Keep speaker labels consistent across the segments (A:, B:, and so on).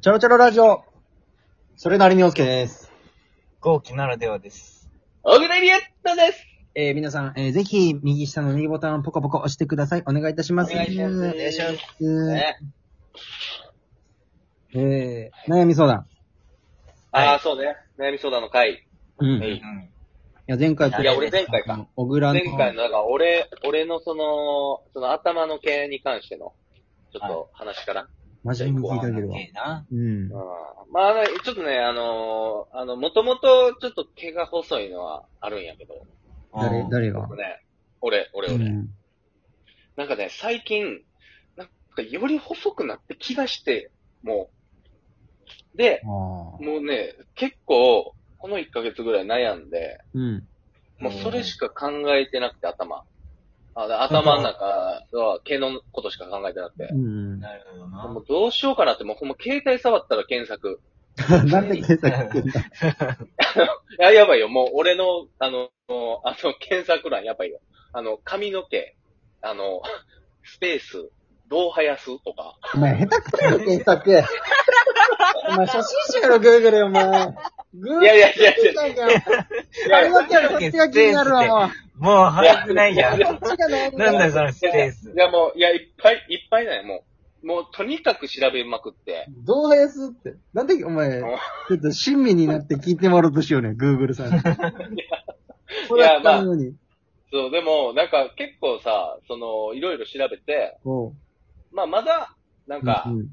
A: ちょろちょろラジオ。それなりにおすけです。
B: 豪気ならではです。
C: オグネリエットです。
A: えー、皆さん、えー、ぜひ、右下の右ボタンをポコポコ押してください。お願いいたします。
C: お願いします
A: お願いします
C: ね、
A: えー、悩み相談。
C: ああ、そうね。悩み相談の回。
A: うん。
B: う
A: い
B: ん。
A: や、前回
C: いや俺前回か。
A: 小倉の。
C: 前回の、なんか、俺、俺のその、その頭の毛に関しての、ちょっと話から。
A: マジで聞いてあげるわ。
B: ええな。
A: うん。
C: うんまああの、ちょっとね、あのーあの、もともと、ちょっと毛が細いのはあるんやけど、
A: 誰、誰が
C: 僕ね、俺、俺、
A: う
C: 俺。
A: ん。
C: なんかね、最近、なんか、より細くなって気がして、もう。で、
A: ああ。
C: もうね、結構、この1ヶ月ぐらい悩んで、
A: うん。
C: もうそれしか考えてなくて、頭。あだ頭の中は毛のことしか考えてなくて
A: う。ん。
B: なるほど
C: も
B: な
C: う。どうしようかなって、もうほんま携帯触ったら検索。
A: なんで検索してんだ
C: いや、やばいよ。もう俺の、あの、もうあの、検索欄やばいよ。あの、髪の毛、あの、スペース、どう生やすとか。
A: お前、下手くそやろ、検索。お前、初心者やろ、グーグル、お前。グーグ
C: い
A: ル
C: やいやいやいや
A: あれだけやろ、そっちが気になるわ、も
B: もう早くないやん。
A: う。こっちが悩
B: なん
A: み
B: だよ、そのスペー
C: い
B: ス。
C: や、もう、いや、いっぱいいっぱいだよ、もう。もう、とにかく調べまくって。
A: どう生やすって。なんで、お前、ちょっと親身になって聞いてもらおうとしようね、グーグルさ んに。そうやったのに。
C: そう、でも、なんか結構さ、その、いろいろ調べて、
A: おう
C: まあ、まだ、なんか、
A: うん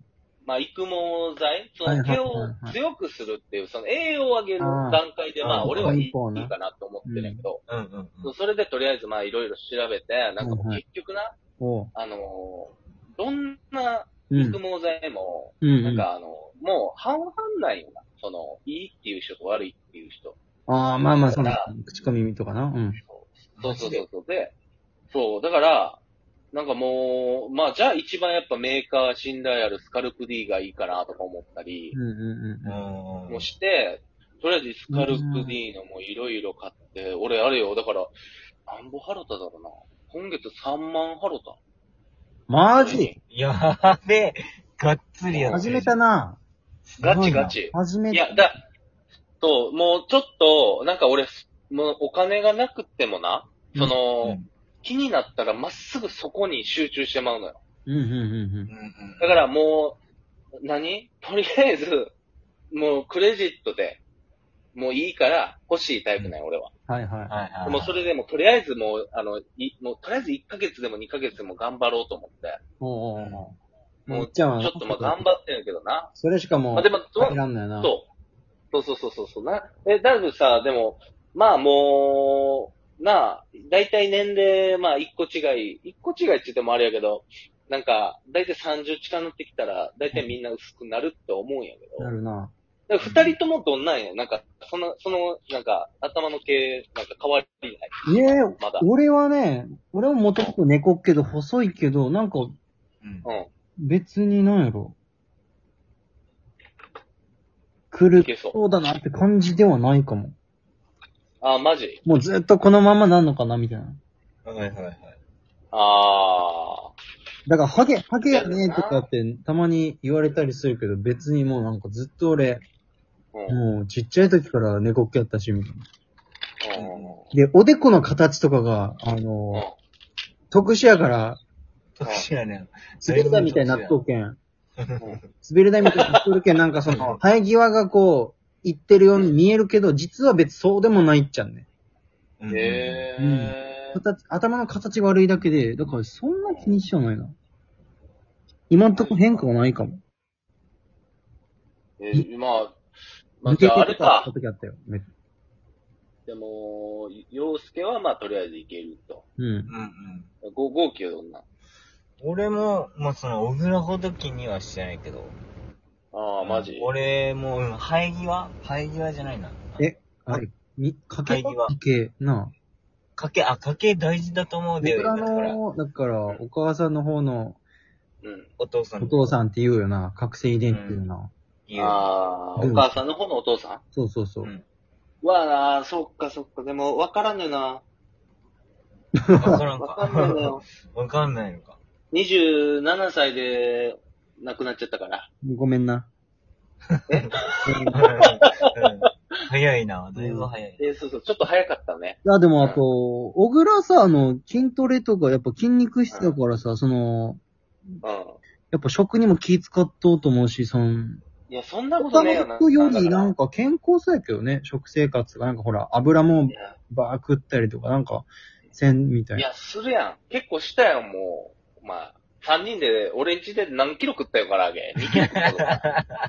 C: まあ、育毛剤、そ
A: はい
C: の
A: はい
C: 毛
A: は
C: を
A: いはい
C: 強くするっていう、その栄養を上げる段階で、
B: あー
C: ま
B: あ
C: あ、
B: ー
C: 俺はいい
A: 一方ない
C: いかなと思ってるんやけど、
B: うんうん
C: そうそれでとりあえず、まあ、いろいろ調べて、なんかもう
A: はいは
C: 結局な、
A: おう
C: あのーどんな
A: う
C: 育
A: ん。
C: 毛剤も、
A: うん。
C: なんかあの、もう半々ないよな。その、いいっていう人と悪いっていう人。
A: ああ、まあまあ、その、口コミとかな。うん。
C: そうそうそうそう。で、そう、だから、なんかもう、まあ、じゃあ一番やっぱメーカー信頼あるスカルプ D がいいかなとか思ったり、
A: うんうん
B: う
A: うん
B: んうん。
C: もして、とりあえずスカルプ D のもいろいろ買って、俺あれよ、だから、なんぼ払っただろうな。今月3万払った。
A: マジ
B: やべえ。がっつりやって
A: 始
B: る
A: めたな。
C: ガチガチ。
A: 始め
C: い
A: た。
C: や、だ、と、もうちょっと、なんか俺、もうお金がなくてもな、その、
B: うん
C: 気になったらまっすぐそこに集中してまうのよ。
A: うんうんうんうん
B: う。んうん。
C: だからもう、何とりあえず、もうクレジットで、もういいから欲しいタイプなんよ、俺は。
A: はいはい。
B: はいはいはい。
C: もうそれでも、とりあえずもう、あの、いもう、とりあえず1ヶ月でも2ヶ月でも頑張ろうと思って、
A: おうおうおう。
C: もう
A: いっちゃんは
C: ちょっとまあ頑張ってんやけどな。
A: それしかもう、
C: まあでも、ど
A: 諦めんのよな。
C: そう。そうそうそうそうそうな。え、だいぶさ、でも、まあもう、なあ、だいたい年齢、まあ一個違い、一個違いって言ってもあれやけど、なんか、だいたい30近なってきたら、だいたいみんな薄くなるって思うんやけど
A: な、るな。
C: だから二人ともどんなんやなんか、その、その、なんか、頭の毛、なんか変わりない。
A: いえ、
C: まだ。
A: 俺はね、俺ももともと猫っけど細いけど、なんか
B: うん。
C: うん。
A: 別になんやろ。来
C: いけ
A: る
C: そう
A: そうだなって感じではないかも。
C: あ、マジ
A: もうずっとこのままなんのかなみたいな。
B: はいはいはい。
C: あ
A: だから、ハゲ、ハゲやねとかってたまに言われたりするけど、別にもうなんかずっと俺、
C: あ。うん。
A: もうちっちゃい時から猫っけやったし、みたいな。
C: う
A: で、おでこの形とかが、あ
C: ん。
A: の、
C: あ
A: 特殊やから、
B: 特殊やね。
A: 滑り台みたいになっとうけん。滑り台みたいになっとるけん、なんかその、生え際がこう、いってるように見えるけど、実は別そうでもないっちゃうね。
B: うん
C: へ
A: う
C: え。
A: 形、頭の形が悪いだけで、だからそんな気にしちゃうないな。今んとこ変化はないかも。
C: えー、まあ、まあ、
A: 抜けて
C: じゃああれ
A: とか
C: か
A: った。時あったよ。め
C: でも、洋介はまあ、とりあえずいけると。
A: うん。
B: うんうん。
C: ご、号泣はどんな
B: 俺も、まあその、小倉ほどきにはしてないけど。
C: ああ、マジ。
B: 俺も、うん、生え際生え際じゃないな。
A: えあれ、み、かけばっけ、なあ。
B: かけ、あ、かけ大事だと思うで、
A: 僕ら
B: だから、
A: の、だから、お母さんの方の
C: うん。
B: お父さん
A: お
B: の
A: 父さんって言うよな。覚醒遺伝って言うよな。
B: 言う。
C: ああ、お母さんの方のお父さ
A: そうそうそう。
B: うん
C: んわあ、そっかそっか。でも、わからんよな。
B: わからん
C: わかんないの
B: か。
C: よ。
B: わかんないのか。
C: 27歳で亡くなっちゃったから。
A: ごめんな。
B: うん早いな、だいぶ早い。
C: えそうそう、ちょっと早かったね。
A: いや、でもあと、小倉さ、あの、筋トレとか、やっぱ筋肉質だからさ、その、
C: うん。
A: やっぱ食にも気使っとうと思うし、その、
C: いや、そんなこ
A: 他
C: とねえよ
A: の人よりなんんか健康そうやけどね、食生活が。なんかほら、油も
C: いや
A: バー食ったりとか、なんか、せんみたい
C: い
A: な。
C: や、するやん。結構したよ、もう。まあ、三人で、俺んちで何キロ食ったよ、唐揚げ。2キロ食 ったよ。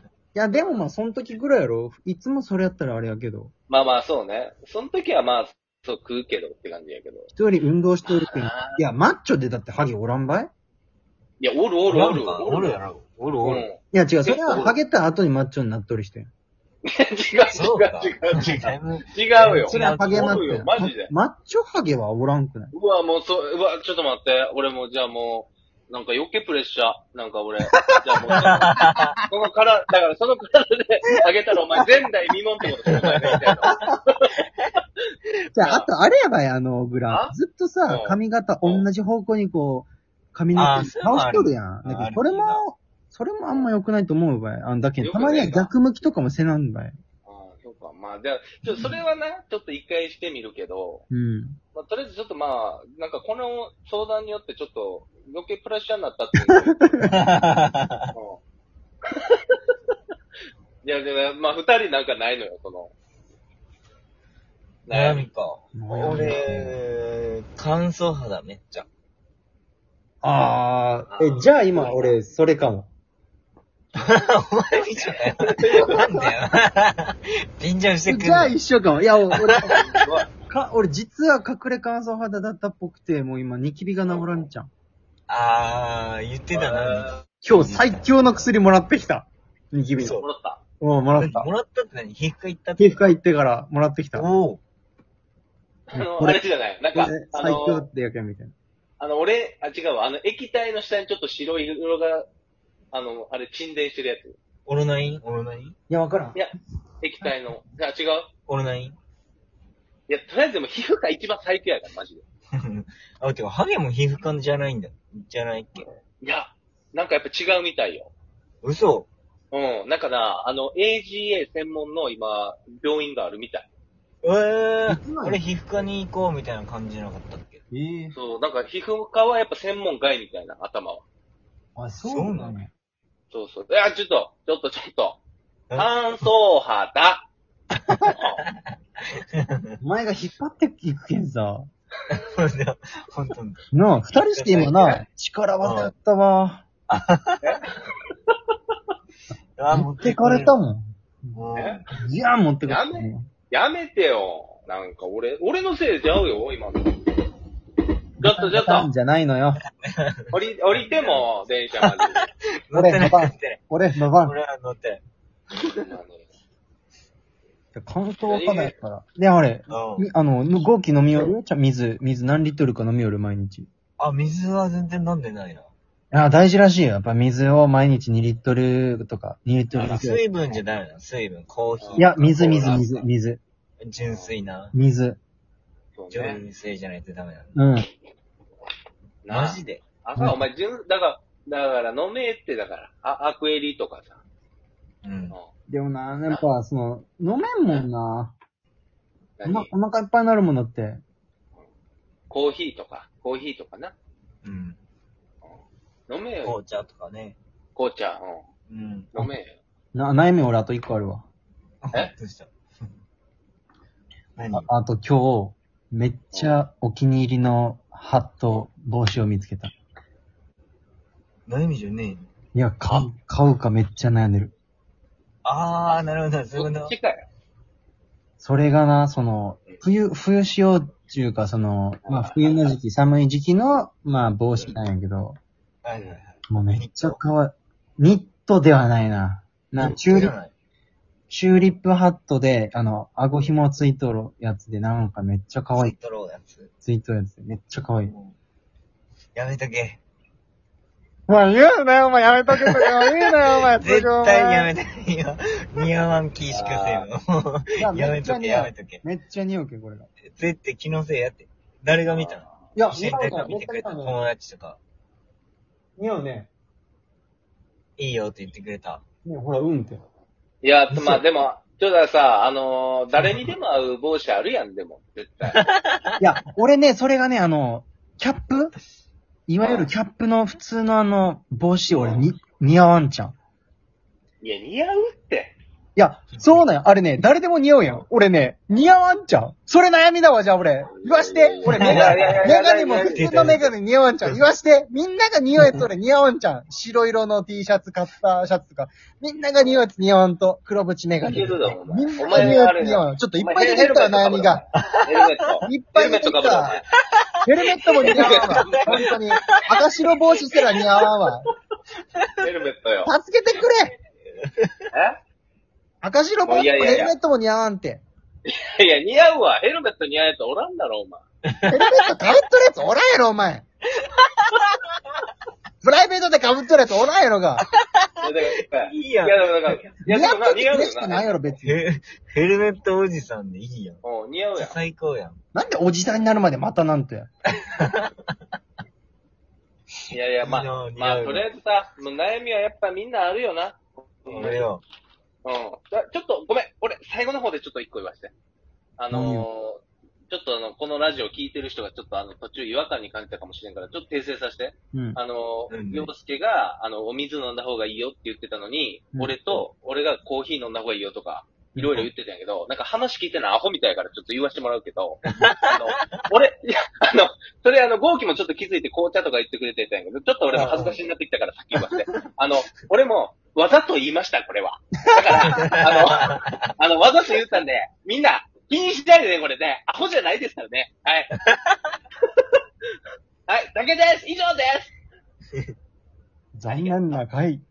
A: いや、でもまあ、その時ぐらいやろ。いつもそれやったらあれやけど。
C: まあまあ、そうね。その時はまあ、そう食うけどって感じやけど。
A: 人より運動しておるけん。い
C: あ
A: や、マッチョでだってハゲおらんばい
C: いや、おるおるおる。
B: おるやろ。おる
C: お
B: お
C: る。う
B: る。
C: ん
A: いや、違う。それ
C: 結構お
A: は
C: る
A: ハゲた後にマッチョになっとる人やん。
C: 違う違う
B: そうか。
C: 違う
B: だいぶ
C: 違う。違うよ。
A: それはハゲマッ
C: おる
A: チョ
C: よ。マジで。
A: マッチョハゲはおらんくないう
C: わ、もうそう、うわ、ちょっと待って。俺もう、じゃあもう、なんか余計プレッシャー。なんか俺。じゃあもう、そのから、だからそのからであげたらお前前代未聞ってことだよね、みたいな。
A: じゃあ、あと、あれやばい、あの、グラ
C: あ。
A: ずっとさ
C: う、ん
A: 髪型
C: うん
A: 同じ方向にこう、髪の
B: あ
A: 毛
B: ーそういう
A: 倒
B: の
A: し
B: ある
A: とるやん。だ
B: あ
A: けど、
B: る
A: それ
B: いいな
A: も、それもあんま良くないと思うばい。あのだけど、
C: 良
A: た
C: くねえ
A: ま
C: な
A: には逆向きとかもせなんばい。
C: あそうか。まあ、じゃあ、ちょ、それはな、ちょっと一回してみるけど、
A: うん。
C: まあ、とりあえずちょっとまあ、なんかこの相談によってちょっと余計プレッシャーになったっていうのがうん いや、でも、まあ、二人なんかないのよ、その。
B: 悩
C: 悩
B: み
C: み。
B: か。俺、乾燥肌めっちゃ。
A: ああ、
C: あ
A: え、
C: ー
A: じゃあ今、俺、それかも。
B: お前みたいな。なんだよ。臨場してくる。
A: じゃあ一緒かも。いや、俺、
C: うわ
A: か、俺実は隠れ乾燥肌だったっぽくて、もう今、ニキビが治らんちゃん。
B: あー、言ってたな。
A: 今日最強の薬もらってきた。ニキビの。
B: 嘘
C: もらった。
A: うん、もらった。
B: もらったって何皮膚科行ったって
A: 皮膚科行ってからもらってきた。
B: おー
C: あの、
A: こ
C: あ
A: れ
C: れじゃない。なん
A: これ
C: か、あ
A: 最強
C: の、
A: ってやけんみたいな。
C: あの、俺、あ、違うわ。あの、液体の下にちょっと白い色が、あの、あれ、沈殿してるやつ。
B: オロナインオロナイン
A: いや、わからん
C: い。や、液体の。あ、違う。
B: オロナイン
C: いや、とりあえずでも皮膚科一番最強やから、マジで。
B: あ、てか、ハゲも皮膚科じゃないんだ。じゃないっけ
C: いや、なんかやっぱ違うみたいよ。
B: 嘘
C: うん。だから、あの、AGA 専門の今、病院があるみたい。
B: えー
A: いつな、の
B: 俺皮膚科に行こうみたいな感じじゃなかったっけ
A: ええ
C: そう、なんか皮膚科はやっぱ専門外みたいな、頭は。
A: あ、
B: そうなの
A: や。
C: そうそう。いや、ちょっと、ちょっと、ちょっと。
B: え
C: 乾燥肌。
A: お前が引っ張っていくけんさ。
B: 本当に。
A: なあ、二人して今な、力技やったわ。
B: あー
A: 持ってかれた
B: ん。
A: も
B: もう
C: え
A: ん。いや、持ってかれた
C: や
A: もん。
C: やめてよ。なんか俺、俺のせいちゃうよ、今の。ちょっと、ちょっ
A: たん
C: と。
A: じゃないのよ。
C: 降り、降りても、電車まで。
B: 乗ってない乗ってない。
A: 俺、の番。
B: 俺は乗ってない。
A: 乾燥肌やから。で、あれ、
B: うん
A: みあの、合気飲みよるじゃあ水、水何リットルか飲みよる、毎日。
B: あ、水は全然飲んでないな。
A: あ大事らしいよ。やっぱ水を毎日2リットルとか、2リットルぐらい。
B: 水分じゃダメなの水分、コーヒー。
A: いや、水、水、水、水、
B: 純粋な。
A: 水。
C: そうね。
B: 純粋じゃないとダメなの。
A: うん。
C: な
B: マ
C: あ
B: ジで
C: 朝、お前、純、だから、だから、飲めって、だから、あアクエリとかさ。
B: うん。
A: でもな、やっぱ、その、飲めんもんな。お
C: 何
A: まお腹いっぱいになるもんだって。
C: コーヒーとか、コーヒーとかな。
B: うん。
C: 飲めよ、
B: 紅茶とかね。
C: 紅茶。
B: うん。
C: うん。飲めよ。
A: な、悩み俺あと1個あるわ。
C: え
B: どうした 何
A: ああと今日、めっちゃお気に入りのハット、帽子を見つけた。い
B: 悩みじゃねえの
A: や、か、買うかめっちゃ悩んでる。
B: あー、なるほど、そういう
C: そ
B: こ
C: っちかよ。
A: それがな、その、冬、冬仕様っていうか、その、まあ冬の時期、寒い時期の、まあ帽子なんやけど、
B: と。はいはいはい。
A: もうめっちゃ可愛い。ニットではないな。な、チューリ
B: じ
A: ッ
B: ゃ
A: プ、
B: ない
A: チューリップハットで、あの、顎紐ついとるやつで、なんかめっちゃ可愛い。
B: 取ろうやつ。
A: ついとるやつで、めっちゃ可愛い。
B: もうやめとけ。
A: まあ言うなよ、お前やめとけとか、言うな よ、お前
B: 絶対やめとけよ。似合わん気しかせんの。
A: め
B: やめとけ、やめとけ。
A: めっちゃ匂うけん、これが。
B: 絶対気のせいやって。誰が見たの
A: いや、
B: 先輩が見てくれた友達とか、
A: 匂うね。
B: いいよって言ってくれた。
A: ね、ほら、うんって。
C: いや、まあでも、ちょっとさ、あのー誰にでも合う帽子あるやん、でも、絶対。
A: いや、俺ね、それがね、あの、キャップいわゆるキャップの普通のあの、帽子、俺に、似合わんちゃん。
C: いや、似合うって。
A: いや、そうなんや。あれね、誰でも似合うやん。俺ね、似合わんちゃん。それ悩みだわ、じゃあ俺。言わして。俺、メガ
C: いやいや
A: ネ、
C: いや
A: メガネも普通のメガネ似合わんちゃん。言わして。みんなが似合うやつ俺似合わんちゃん。白色の T シャツ、カッターシャツとか。みんなが似合うやつ似合わんと。黒縁メガ
C: い
A: ネ
C: け。るだろ、お
A: み
C: 前。
A: んな
C: お
A: が似
C: 前、
A: 合う
C: あ
A: や
C: れ
A: つ似合
C: や。
A: わん。ちょっといっぱい出てきたわ、悩みが。
C: ヘルメット。
A: いっぱい出てきたわ。ヘルメットも似合わんわ。本当に。赤白帽子すら似合わんわ。
C: ヘルメットよ。
A: 助けてくれ赤白帽子も
C: いやい
A: ヘル
C: やいや
A: メットも似合わんって。
C: えいや、似合うわ。ヘルメット似合うやつおらんだろ、お前。
A: ヘルメットかぶっとるやつおらんやろ、お 前。プライベートでかぶっとるやつおらんやろが。
B: いい
C: い
B: や
C: や、
B: ん。
C: だから、いや、だから、い
A: 似
C: や、
A: 合って
C: でもな似合う
A: くれしか
C: よ
A: ない
C: な。
A: やろ、別に。
B: ヘヘルメットおじさんでいいやん。
C: うん、似合うやん。
B: 最高やん。
A: なんでおじさんになるまでまたなんて。
C: いやいや、ま
B: いいな
C: あ、
B: 似
C: ま
B: 合う
C: あ、
B: よ
C: とりあえずさ、もう悩みはやっぱみんなあるよな。うん。
B: 俺よ。
C: うんだちょっと、ごめん。俺、最後の方でちょっと一個言わして。あのー
A: 何
C: ちょっとあの、このラジオ聞いてる人がちょっとあの、途中違和感に感じたかもしれんから、ちょっと訂正させて。
A: うん。
C: あの
B: うん
C: ー、洋介が、あの、お水飲んだ方がいいよって言ってたのに、
A: うん
C: 俺と、俺がコーヒー飲んだ方がいいよとか、いろいろ言ってたんやけど、なんか話聞いてないアホみたいやからちょっと言わせてもらうけど、あの、俺、いや、あの、それあの、豪気もちょっと気づいて紅茶とか言ってくれてたんやけど、ちょっと俺も恥ずかしになってきたからさっき言わせ て。あの、俺も、わざと言いました、これは。だから、あの、あの、わざと言ったんで、みんな、気にしないでね、これね。アホじゃないですからね。はい。はい、だけです以上です
A: 残念な回。